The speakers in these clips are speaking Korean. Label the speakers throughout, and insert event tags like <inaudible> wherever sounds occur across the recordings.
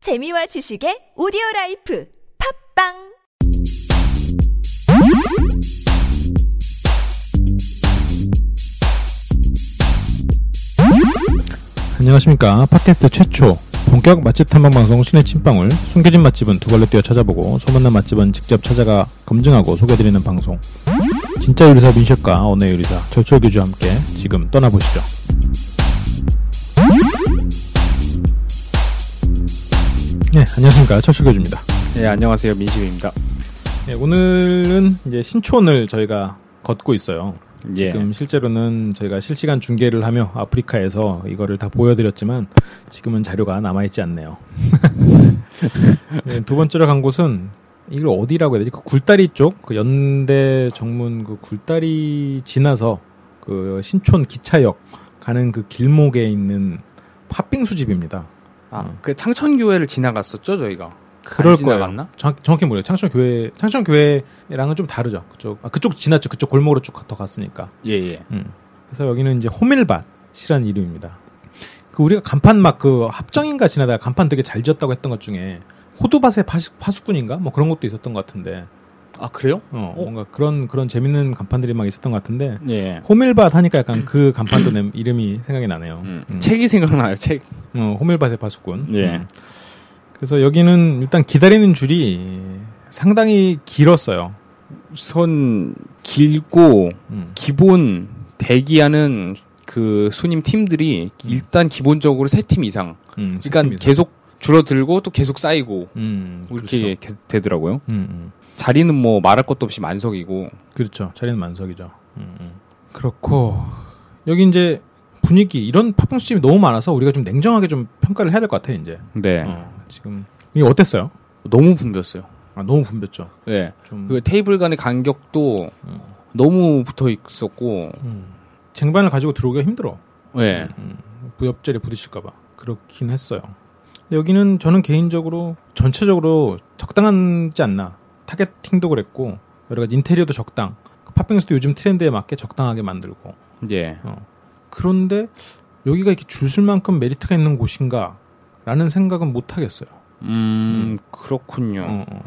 Speaker 1: 재미와 지식의 오디오 라이프 팝빵
Speaker 2: 안녕하십니까 팟캐스트 최초 본격 맛집 탐방 방송 신의 찐빵울 숨겨진 맛집은 두 발로 뛰어 찾아보고 소문난 맛집은 직접 찾아가 검증하고 소개드리는 방송 진짜 요리사 민셰과 언어 요리사 절철 교주와 함께 지금 떠나보시죠 네 안녕하십니까 철철 교주입니다
Speaker 3: 네, 안녕하세요. 민식입니다.
Speaker 2: 네, 오늘은 이제 신촌을 저희가 걷고 있어요
Speaker 3: 예.
Speaker 2: 지금 실제로는 저희가 실시간 중계를 하며 아프리카에서 이거를 다 보여드렸지만 지금은 자료가 남아있지 않네요. <laughs> 네, 두 번째로 간 곳은 이걸 어디라고 해야 되지? 그 굴다리 쪽, 그 연대 정문 그 굴다리 지나서 그 신촌 기차역 가는 그 길목에 있는 팥빙수 집입니다.
Speaker 3: 아, 그 창천교회를 지나갔었죠, 저희가.
Speaker 2: 그럴 거예요.
Speaker 3: 지나갔나?
Speaker 2: 정, 정확히 모르겠어요. 창천교회, 창천교회랑은 좀 다르죠. 그쪽, 아, 그쪽 지났죠. 그쪽 골목으로 쭉 더 갔으니까.
Speaker 3: 예, 예.
Speaker 2: 음. 그래서 여기는 이제 호밀밭이라는 이름입니다. 그 우리가 간판 막 그 합정인가 지나다가 간판 되게 잘 지었다고 했던 것 중에 호두밭의 파식, 파수꾼인가 뭐 그런 것도 있었던 것 같은데
Speaker 3: 아, 그래요?
Speaker 2: 어,
Speaker 3: 어?
Speaker 2: 뭔가 그런 그런 재밌는 간판들이 막 있었던 것 같은데
Speaker 3: 예.
Speaker 2: 호밀밭 하니까 약간 그 간판도 냄- 이름이 생각이 나네요.
Speaker 3: 음.
Speaker 2: 음.
Speaker 3: 책이 생각나요, 책.
Speaker 2: 어, 호밀밭의 파수꾼.
Speaker 3: 예.
Speaker 2: 음. 그래서 여기는 일단 기다리는 줄이 상당히 길었어요.
Speaker 3: 우선 길고
Speaker 2: 음.
Speaker 3: 기본 대기하는 그 손님 팀들이 일단 기본적으로 음. 세 팀 이상.
Speaker 2: 음,
Speaker 3: 그러니까
Speaker 2: 시스템이죠.
Speaker 3: 계속 줄어들고 또 계속 쌓이고
Speaker 2: 음,
Speaker 3: 이렇게
Speaker 2: 그렇죠.
Speaker 3: 게- 되더라고요.
Speaker 2: 음, 음.
Speaker 3: 자리는 뭐 말할 것도 없이 만석이고.
Speaker 2: 그렇죠. 자리는 만석이죠. 음, 음. 그렇고 여기 이제 분위기 이런 팥빙수 집이 너무 많아서 우리가 좀 냉정하게 좀 평가를 해야 될 것 같아 이제.
Speaker 3: 네.
Speaker 2: 어, 지금 이게 어땠어요?
Speaker 3: 너무 붐볐어요.
Speaker 2: 아, 너무 분볐죠.
Speaker 3: 네.
Speaker 2: 좀
Speaker 3: 그 테이블 간의 간격도 너무 붙어 있었고,
Speaker 2: 음, 쟁반을 가지고 들어오기가 힘들어.
Speaker 3: 예.
Speaker 2: 부엽젤에 부딪힐까봐 그렇긴 했어요. 근데 여기는 저는 개인적으로 전체적으로 적당하지 않나 타겟팅도 그랬고 여러 가지 인테리어도 적당. 그 팥빙수도 요즘 트렌드에 맞게 적당하게 만들고
Speaker 3: 예.
Speaker 2: 그런데 여기가 이렇게 줄 설 만큼 메리트가 있는 곳인가? 라는 생각은 못 하겠어요.
Speaker 3: 음, 그렇군요.
Speaker 2: 어, 어.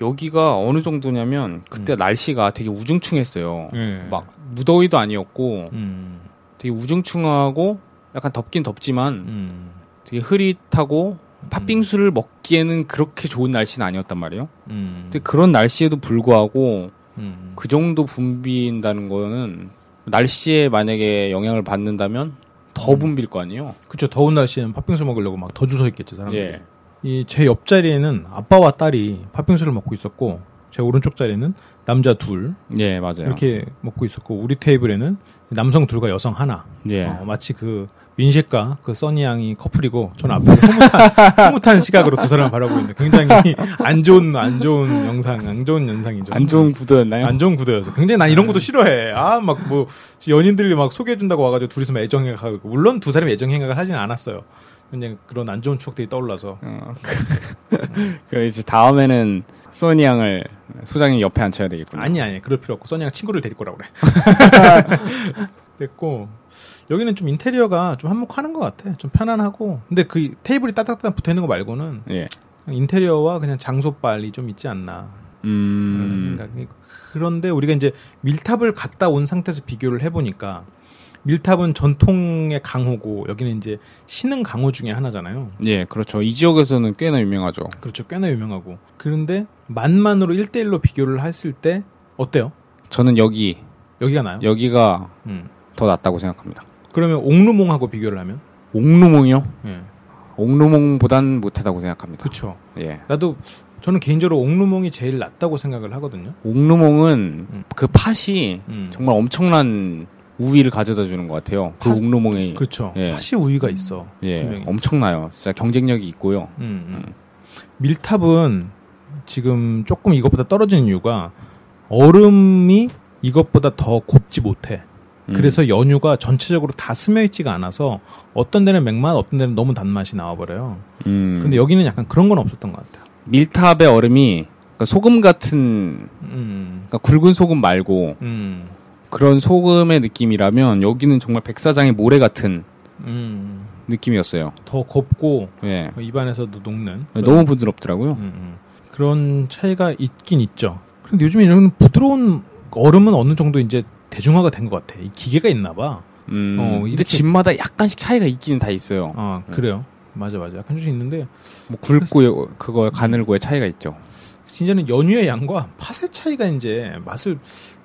Speaker 3: 여기가 어느 정도냐면 그때 날씨가 되게 우중충했어요.
Speaker 2: 예.
Speaker 3: 막 무더위도 아니었고
Speaker 2: 음,
Speaker 3: 되게 우중충하고 약간 덥긴 덥지만
Speaker 2: 음,
Speaker 3: 되게 흐릿하고 팥빙수를 먹기에는 그렇게 좋은 날씨는 아니었단 말이에요.
Speaker 2: 음,
Speaker 3: 근데 그런 날씨에도 불구하고
Speaker 2: 음,
Speaker 3: 그 정도 붐빈다는 거는 날씨에 만약에 영향을 받는다면 더 붐빌 거 아니에요.
Speaker 2: 그쵸. 더운 날씨에는 팥빙수 먹으려고 막 더 줄 서 있겠지, 사람들이.
Speaker 3: 예.
Speaker 2: 이 제 옆자리에는 아빠와 딸이 팥빙수를 먹고 있었고, 제 오른쪽 자리에는 남자 둘,
Speaker 3: 예, 맞아요.
Speaker 2: 이렇게 먹고 있었고, 우리 테이블에는 남성 둘과 여성 하나.
Speaker 3: 예.
Speaker 2: 어, 마치 그 민식과 그 써니 양이 커플이고 저는 앞에서 흐뭇한, 흐뭇한 시각으로 두 사람을 바라보고 있는데 굉장히 안 좋은 안 좋은 영상 안 좋은 연상이죠.
Speaker 3: 안 좋은 구도였나요?
Speaker 2: 네. 안 좋은 구도여서 굉장히 난 이런 것도 싫어해. 아 막 뭐 연인들이 막 소개해준다고 와가지고 둘이서 막 애정 행각하고 있고. 물론 두 사람이 애정 행각을 하지는 않았어요. 그냥 그런 안 좋은 추억들이 떠올라서
Speaker 3: 어, 그- 그 이제 다음에는 소니 양을 소장님 옆에 앉혀야 되겠군요.
Speaker 2: 아니 아니 그럴 필요 없고 써니랑 친구를 데리고
Speaker 3: <laughs>
Speaker 2: 오라고 그래. 그랬고 여기는 좀 인테리어가 좀 한몫하는 것 같아. 좀 편안하고 근데 그 테이블이 따닥따닥 붙어 있는 거 말고는
Speaker 3: 예.
Speaker 2: 인테리어와 그냥 장소빨이 좀 있지 않나
Speaker 3: 음.
Speaker 2: 하는 생각이 그런데 우리가 이제 밀탑을 갔다 온 상태에서 비교를 해보니까 밀탑은 전통의 강호고 여기는 이제 신흥 강호 중에 하나잖아요.
Speaker 3: 예, 그렇죠. 이 지역에서는 꽤나 유명하죠.
Speaker 2: 그렇죠. 꽤나 유명하고. 그런데 만만으로 1대1로 비교를 했을 때 어때요?
Speaker 3: 저는 여기
Speaker 2: 여기가 나요?
Speaker 3: 여기가
Speaker 2: 음.
Speaker 3: 더 낫다고 생각합니다.
Speaker 2: 그러면 옥루몽하고 비교를 하면?
Speaker 3: 옥루몽이요?
Speaker 2: 예.
Speaker 3: 옥루몽보단 못하다고 생각합니다.
Speaker 2: 그렇죠.
Speaker 3: 예.
Speaker 2: 나도 저는 개인적으로 옥루몽이 제일 낫다고 생각을 하거든요.
Speaker 3: 옥루몽은
Speaker 2: 음.
Speaker 3: 그 팥이
Speaker 2: 음.
Speaker 3: 정말 엄청난 우위를 가져다 주는 것 같아요. 그
Speaker 2: 팥-
Speaker 3: 옥루몽이
Speaker 2: 그렇죠.
Speaker 3: 예.
Speaker 2: 팥이 우위가 있어.
Speaker 3: 예,
Speaker 2: 분명히.
Speaker 3: 엄청나요. 진짜 경쟁력이 있고요.
Speaker 2: 음, 음. 밀탑은 지금 조금 이것보다 떨어지는 이유가 얼음이 이것보다 더 곱지 못해.
Speaker 3: 음.
Speaker 2: 그래서 연유가 전체적으로 다 스며 있지가 않아서 어떤 데는 맹맛, 어떤 데는 너무 단맛이 나와버려요.
Speaker 3: 음.
Speaker 2: 근데 여기는 약간 그런 건 없었던 것 같아요.
Speaker 3: 밀탑의 얼음이 그러니까 소금 같은
Speaker 2: 음,
Speaker 3: 그러니까 굵은 소금 말고
Speaker 2: 음,
Speaker 3: 그런 소금의 느낌이라면 여기는 정말 백사장의 모래 같은
Speaker 2: 음,
Speaker 3: 느낌이었어요.
Speaker 2: 더 곱고
Speaker 3: 예.
Speaker 2: 입안에서도 녹는 그런,
Speaker 3: 너무 부드럽더라고요.
Speaker 2: 음, 음. 그런 차이가 있긴 있죠. 그런데 요즘 이런 부드러운 얼음은 어느 정도 이제 대중화가 된 것 같아. 이 기계가 있나 봐.
Speaker 3: 음,
Speaker 2: 어,
Speaker 3: 근데
Speaker 2: 이렇게-
Speaker 3: 집마다 약간씩 차이가 있기는 다 있어요.
Speaker 2: 아
Speaker 3: 네.
Speaker 2: 그래요. 맞아 맞아. 약간 좀 있는데
Speaker 3: 뭐 굵고 그거 가늘고의 차이가 있죠.
Speaker 2: 이제는 연유의 양과 팥의 차이가 이제 맛을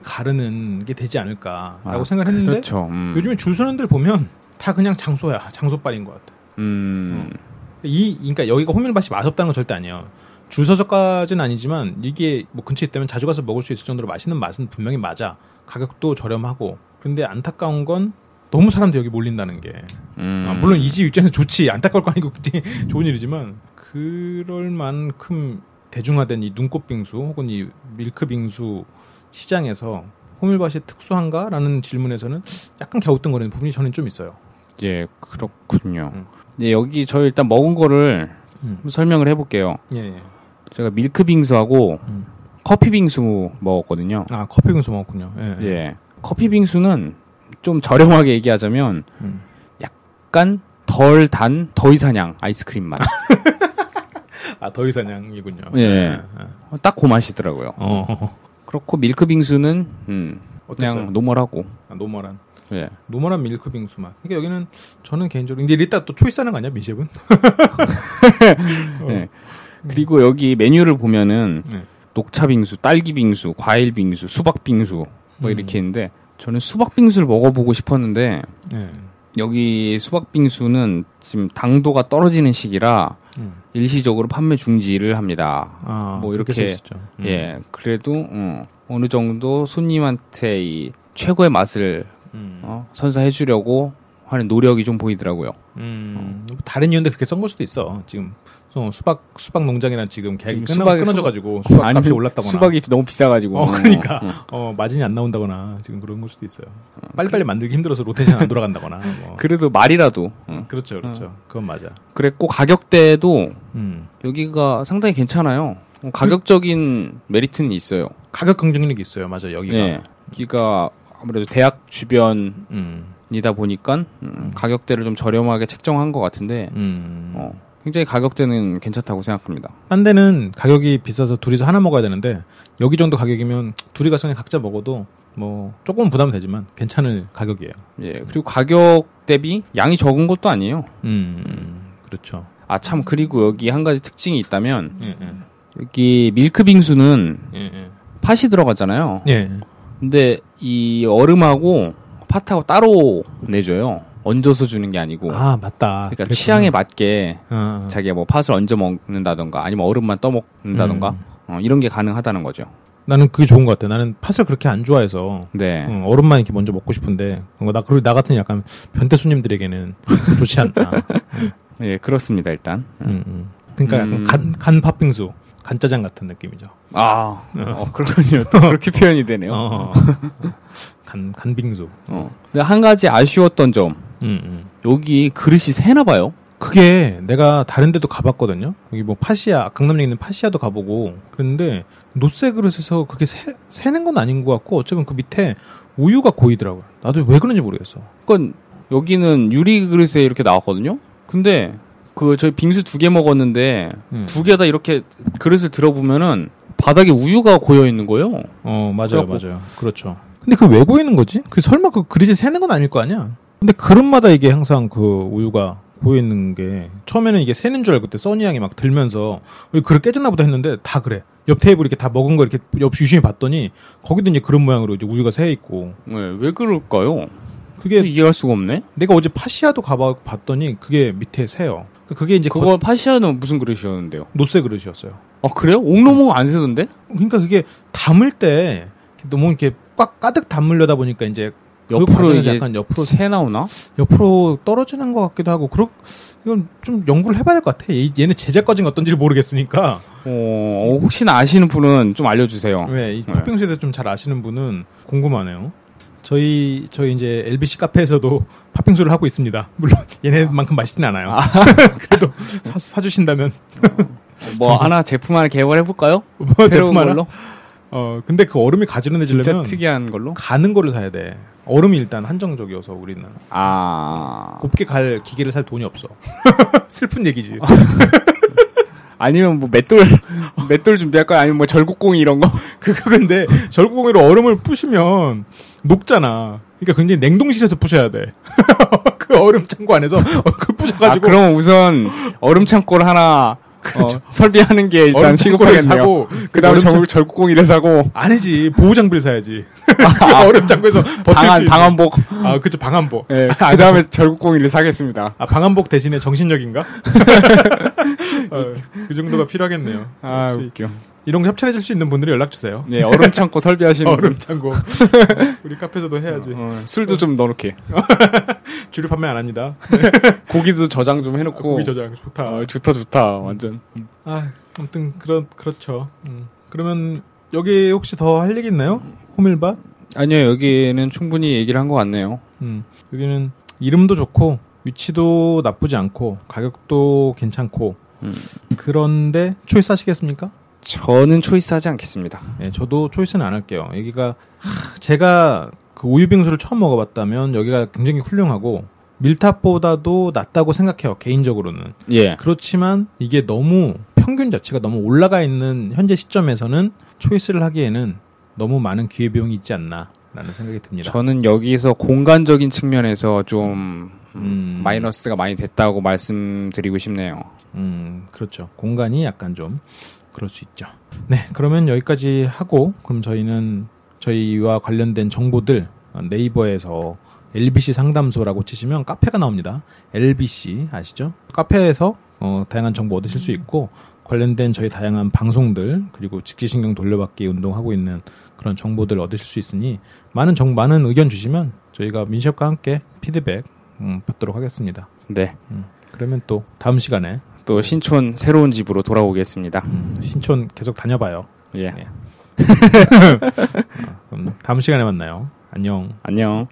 Speaker 2: 가르는 게 되지 않을까라고
Speaker 3: 아,
Speaker 2: 생각했는데 을
Speaker 3: 그렇죠. 음.
Speaker 2: 요즘에 줄 서는 데를 보면 다 그냥 장소야 장소빨인 것 같아.
Speaker 3: 음,
Speaker 2: 어. 이 그러니까 여기가 호밀밭이 맛없다는 건 절대 아니에요. 줄 서서까지는 아니지만 이게 뭐 근처에 있다면 자주 가서 먹을 수 있을 정도로 맛있는 맛은 분명히 맞아. 가격도 저렴하고. 근데 안타까운 건 너무 사람들 여기 몰린다는 게
Speaker 3: 음.
Speaker 2: 아, 물론 이 집 입장에서 좋지 안타까울 거 아니고 굉장히 <laughs> 좋은 일이지만 그럴 만큼 대중화된 이 눈꽃 빙수 혹은 이 밀크 빙수 시장에서 호밀밭이 특수한가라는 질문에서는 약간 갸우뚱거리는 부분이 저는 좀 있어요.
Speaker 3: 예 그렇군요.
Speaker 2: 음.
Speaker 3: 예, 여기 저 일단 먹은 거를
Speaker 2: 음.
Speaker 3: 좀 설명을 해볼게요.
Speaker 2: 예, 예.
Speaker 3: 제가 밀크 빙수하고
Speaker 2: 음.
Speaker 3: 커피 빙수 먹었거든요.
Speaker 2: 아 커피 빙수 먹었군요. 예, 예.
Speaker 3: 예, 커피 빙수는 좀 저렴하게 얘기하자면
Speaker 2: 음.
Speaker 3: 약간 덜 단, 더 이상향 아이스크림
Speaker 2: <laughs>
Speaker 3: 맛.
Speaker 2: 아, 더이사냥이군요
Speaker 3: 예. 딱 그 맛이더라고요.
Speaker 2: 어,
Speaker 3: 그렇고 밀크 빙수는 음,
Speaker 2: 어땠어요? 음.
Speaker 3: 그냥 노멀하고.
Speaker 2: 아, 노멀한.
Speaker 3: 예.
Speaker 2: 노멀한 밀크 빙수 맛. 그러니까 여기는 저는 개인적으로 근데 이따 또 초이스 하는 거 아니야, 미셰분? 어.
Speaker 3: 예. 그리고 여기 메뉴를 보면은
Speaker 2: 네.
Speaker 3: 녹차 빙수, 딸기 빙수, 과일 빙수, 수박 빙수 뭐
Speaker 2: 음.
Speaker 3: 이렇게 있는데 저는 수박 빙수를 먹어보고 싶었는데
Speaker 2: 예.
Speaker 3: 여기 수박 빙수는 지금 당도가 떨어지는 시기라
Speaker 2: 음.
Speaker 3: 일시적으로 판매 중지를 합니다.
Speaker 2: 아,
Speaker 3: 뭐
Speaker 2: 그렇게
Speaker 3: 이렇게,
Speaker 2: 써 있었죠. 음.
Speaker 3: 예, 그래도 음, 어느 정도 손님한테 이 최고의 맛을
Speaker 2: 음.
Speaker 3: 어, 선사해주려고 하는 노력이 좀 보이더라고요.
Speaker 2: 음, 뭐 다른 이유인데 그렇게 쓴 걸 수도 있어. 지금 어, 수박 수박 농장이랑 지금 계약이
Speaker 3: 지금
Speaker 2: 끊어,
Speaker 3: 수박에
Speaker 2: 끊어져가지고 수박
Speaker 3: 아니면
Speaker 2: 값이 올랐다거나
Speaker 3: 수박이 <laughs> 음. 너무 비싸가지고.
Speaker 2: 어 그러니까 어, 마진이 안 나온다거나 지금 그런 걸 수도 있어요. 빨리빨리 만들기 힘들어서 로테이션 안 돌아간다거나. 뭐.
Speaker 3: <laughs> 그래도 말이라도. 음.
Speaker 2: 그렇죠, 그렇죠. 그건 맞아.
Speaker 3: 그랬고 가격대도
Speaker 2: 음.
Speaker 3: 여기가 상당히 괜찮아요. 어, 가격적인 메리트는 있어요.
Speaker 2: 가격 경쟁력이 있어요, 맞아 여기가.
Speaker 3: 예. 여기가 아무래도 대학 주변이다
Speaker 2: 음.
Speaker 3: 보니까 음, 가격대를 좀 저렴하게 책정한 것 같은데
Speaker 2: 음.
Speaker 3: 어, 굉장히 가격대는 괜찮다고 생각합니다.
Speaker 2: 딴 데는 가격이 비싸서 둘이서 하나 먹어야 되는데 여기 정도 가격이면 둘이 가서 그냥 각자 먹어도 뭐 조금 부담되지만 괜찮을 가격이에요.
Speaker 3: 예. 그리고 가격 대비 양이 적은 것도 아니에요.
Speaker 2: 음, 그렇죠.
Speaker 3: 아, 참, 그리고 여기 한 가지 특징이 있다면,
Speaker 2: 예, 예,
Speaker 3: 여기 밀크빙수는
Speaker 2: 예, 예.
Speaker 3: 팥이 들어가잖아요.
Speaker 2: 예.
Speaker 3: 근데 이 얼음하고 팥하고 따로 내줘요. 얹어서 주는 게 아니고.
Speaker 2: 아 맞다.
Speaker 3: 그러니까
Speaker 2: 그랬구나. 어,
Speaker 3: 취향에 맞게
Speaker 2: 아,
Speaker 3: 자기가 뭐 팥을 얹어 먹는다던가 아니면 얼음만 떠먹는다던가 어, 이런 게 가능하다는 거죠.
Speaker 2: 나는 그게 좋은 것 같아. 나는 팥을 그렇게 안 좋아해서
Speaker 3: 네.
Speaker 2: 어, 얼음만 이렇게 먼저 먹고 싶은데 뭔가 나 그리고 나 같은 약간 변태 손님들에게는 <laughs> 좋지 않다.
Speaker 3: 예, 그렇습니다, 일단.
Speaker 2: 음, 음. 그러니까 약간
Speaker 3: 음.
Speaker 2: 간, 간 팥빙수, 간짜장 같은 느낌이죠.
Speaker 3: 아, 어, 그렇군요. 또 그렇게 표현이 되네요.
Speaker 2: 어, <laughs> 간 간빙수.
Speaker 3: 어. 근데 한 가지 아쉬웠던 점.
Speaker 2: 음, 음.
Speaker 3: 여기 그릇이 새나 봐요.
Speaker 2: 그게 내가 다른 데도 가봤거든요. 여기 뭐 파시아, 강남역에 있는 파시아도 가보고 그랬는데 노쇠 그릇에서 그게 새, 새는 건 아닌 것 같고 어쨌건 그 밑에 우유가 고이더라고요. 나도 왜 그런지 모르겠어.
Speaker 3: 그건 그러니까 여기는 유리 그릇에 이렇게 나왔거든요. 근데 그 저희 빙수 두 개 먹었는데
Speaker 2: 음.
Speaker 3: 두 개 다 이렇게 그릇을 들어보면은 바닥에 우유가 고여 있는 거예요.
Speaker 2: 어 맞아요
Speaker 3: 그래갖고-
Speaker 2: 맞아요 그렇죠 근데 그 왜 고이는 거지 그 설마 그 그릇이 새는 건 아닐 거 아니야 근데 그릇마다 이게 항상 그 우유가 고이는 게 처음에는 이게 새는 줄 알고 그때 써니 양이 막 들면서 어, 그릇 깨졌나 보다 했는데 다 그래 옆 테이블 이렇게 다 먹은 거 이렇게 옆 유심히 봤더니 거기도 이제 그런 모양으로 이제 우유가 새 있고
Speaker 3: 네, 왜 그럴까요?
Speaker 2: 그게
Speaker 3: 이해할 수가 없네.
Speaker 2: 내가 어제 파시아도 가봐 봤더니 그게 밑에 새요 그러니까 그게 이제 거,
Speaker 3: 그거 파시아는 무슨 그릇이었는데요?
Speaker 2: 노쇠 그릇이었어요
Speaker 3: 아 그래요? 옥로몽 안 세던데?
Speaker 2: 그러니까 그게 담을 때 너무 이렇게 꽉 가득 담으려다 보니까 이제 그
Speaker 3: 옆으로
Speaker 2: 과정에서
Speaker 3: 이제
Speaker 2: 약간 옆으로
Speaker 3: 새 나오나?
Speaker 2: 옆으로 떨어지는 것 같기도 하고 그렇 이건 좀 연구를 해봐야 될 것 같아. 얘- 얘는 제작 과정이 어떤지를 모르겠으니까
Speaker 3: 어, 혹시나 아시는 분은 좀 알려주세요.
Speaker 2: 왜이
Speaker 3: 네.
Speaker 2: 팥빙수에 대해 좀 잘 아시는 분은 궁금하네요. 저희 저희 이제 LBC 카페에서도 팥빙수를 하고 있습니다. 물론 얘네만큼 맛있진 않아요. <laughs> 그래도 사, 주신다면
Speaker 3: 뭐 하나 제품 하나 개발해 볼까요?
Speaker 2: 뭐
Speaker 3: 새로운
Speaker 2: 제품 하나
Speaker 3: 걸로?
Speaker 2: 어 근데 그 얼음이 가지런해지려면
Speaker 3: 진짜 특이한 걸로.
Speaker 2: 가는 거를 사야 돼. 얼음이 일단 한정적이어서 우리는
Speaker 3: 아
Speaker 2: 곱게 갈 기계를 살 돈이
Speaker 3: <laughs>
Speaker 2: 없어. <laughs> 슬픈 얘기지.
Speaker 3: 아니면 뭐
Speaker 2: <laughs>
Speaker 3: 맷돌 맷돌 준비할 거야 아니면 뭐 절곡공 이런 거.
Speaker 2: 그거
Speaker 3: <laughs>
Speaker 2: 근데 절구공이로 얼음을 푸시면 녹잖아. 그러니까 굉장히 냉동실에서 푸셔야 돼. <laughs> 그 얼음 창고 안에서 <laughs> 그
Speaker 3: 아
Speaker 2: <laughs> 푸셔가지고
Speaker 3: 그럼 우선 얼음 창고를 하나 어, 설비하는 게 일단
Speaker 2: 그렇죠. 얼음 창고를
Speaker 3: 시급하겠네요.
Speaker 2: 사고
Speaker 3: 그다음
Speaker 2: 얼음 창-
Speaker 3: 절 절곡공이를 사고
Speaker 2: 아니지 보호 장비를 사야지. <laughs> 그 얼음 창고에서 버틸 수
Speaker 3: 아, 방한
Speaker 2: 있는.
Speaker 3: 방한복.
Speaker 2: 아 그쵸 방한복.
Speaker 3: <laughs> 예. 그다음에 절곡공이를 사겠습니다.
Speaker 2: 아 방한복 대신에
Speaker 3: <laughs>
Speaker 2: 정신력인가? 어, 그 정도가 필요하겠네요.
Speaker 3: 아
Speaker 2: 혹시
Speaker 3: 웃겨.
Speaker 2: 이런 거 협찬해줄 수 있는 분들이 연락 주세요.
Speaker 3: 네 얼음 창고 설비하시는
Speaker 2: <laughs> 얼음
Speaker 3: <laughs>
Speaker 2: 창고 우리 카페에서도 해야지.
Speaker 3: 분. 어, 술도 좀 넣어놓게.
Speaker 2: 주류 판매 안 합니다.
Speaker 3: 고기도 저장 좀 해놓고.
Speaker 2: 고기 저장 좋다.
Speaker 3: 아, 좋다 좋다 완전.
Speaker 2: 아, 아무튼 그렇 그렇죠. 음. 그러면 여기 혹시 더 할 얘기 있나요? 호밀밭?
Speaker 3: 아니요 여기는 충분히 얘기를 한 것 같네요.
Speaker 2: 음. 여기는 이름도 좋고 위치도 나쁘지 않고 가격도 괜찮고
Speaker 3: 음.
Speaker 2: 그런데 초이스 하시겠습니까?
Speaker 3: 저는 초이스하지 않겠습니다.
Speaker 2: 네, 저도 초이스는 안 할게요. 여기가 하, 제가 그 우유빙수를 처음 먹어봤다면 여기가 굉장히 훌륭하고 밀탑보다도 낫다고 생각해요 개인적으로는.
Speaker 3: 예.
Speaker 2: 그렇지만 이게 너무 평균 자체가 너무 올라가 있는 현재 시점에서는 초이스를 하기에는 너무 많은 기회 비용이 있지 않나라는 생각이 듭니다.
Speaker 3: 저는 여기서 공간적인 측면에서 좀
Speaker 2: 음.
Speaker 3: 마이너스가 많이 됐다고 말씀드리고 싶네요.
Speaker 2: 음, 그렇죠. 공간이 약간 좀 그럴 수 있죠. 네, 그러면 여기까지 하고 그럼 저희는 저희와 관련된 정보들 어, 네이버에서 LBC 상담소라고 치시면 카페가 나옵니다. LBC 아시죠? 카페에서 어, 다양한 정보 얻으실 수 있고 관련된 저희 다양한 방송들 그리고 직지신경 돌려받기 운동하고 있는 그런 정보들 얻으실 수 있으니 많은 정 많은 의견 주시면 저희가 민시업과 함께 피드백 음, 받도록 하겠습니다.
Speaker 3: 네.
Speaker 2: 그러면 또 다음 시간에
Speaker 3: 또 신촌 새로운 집으로 돌아오겠습니다.
Speaker 2: 음, 신촌 계속 다녀봐요.
Speaker 3: 예.
Speaker 2: 네. 그럼 다음 시간에 만나요. 안녕.
Speaker 3: 안녕.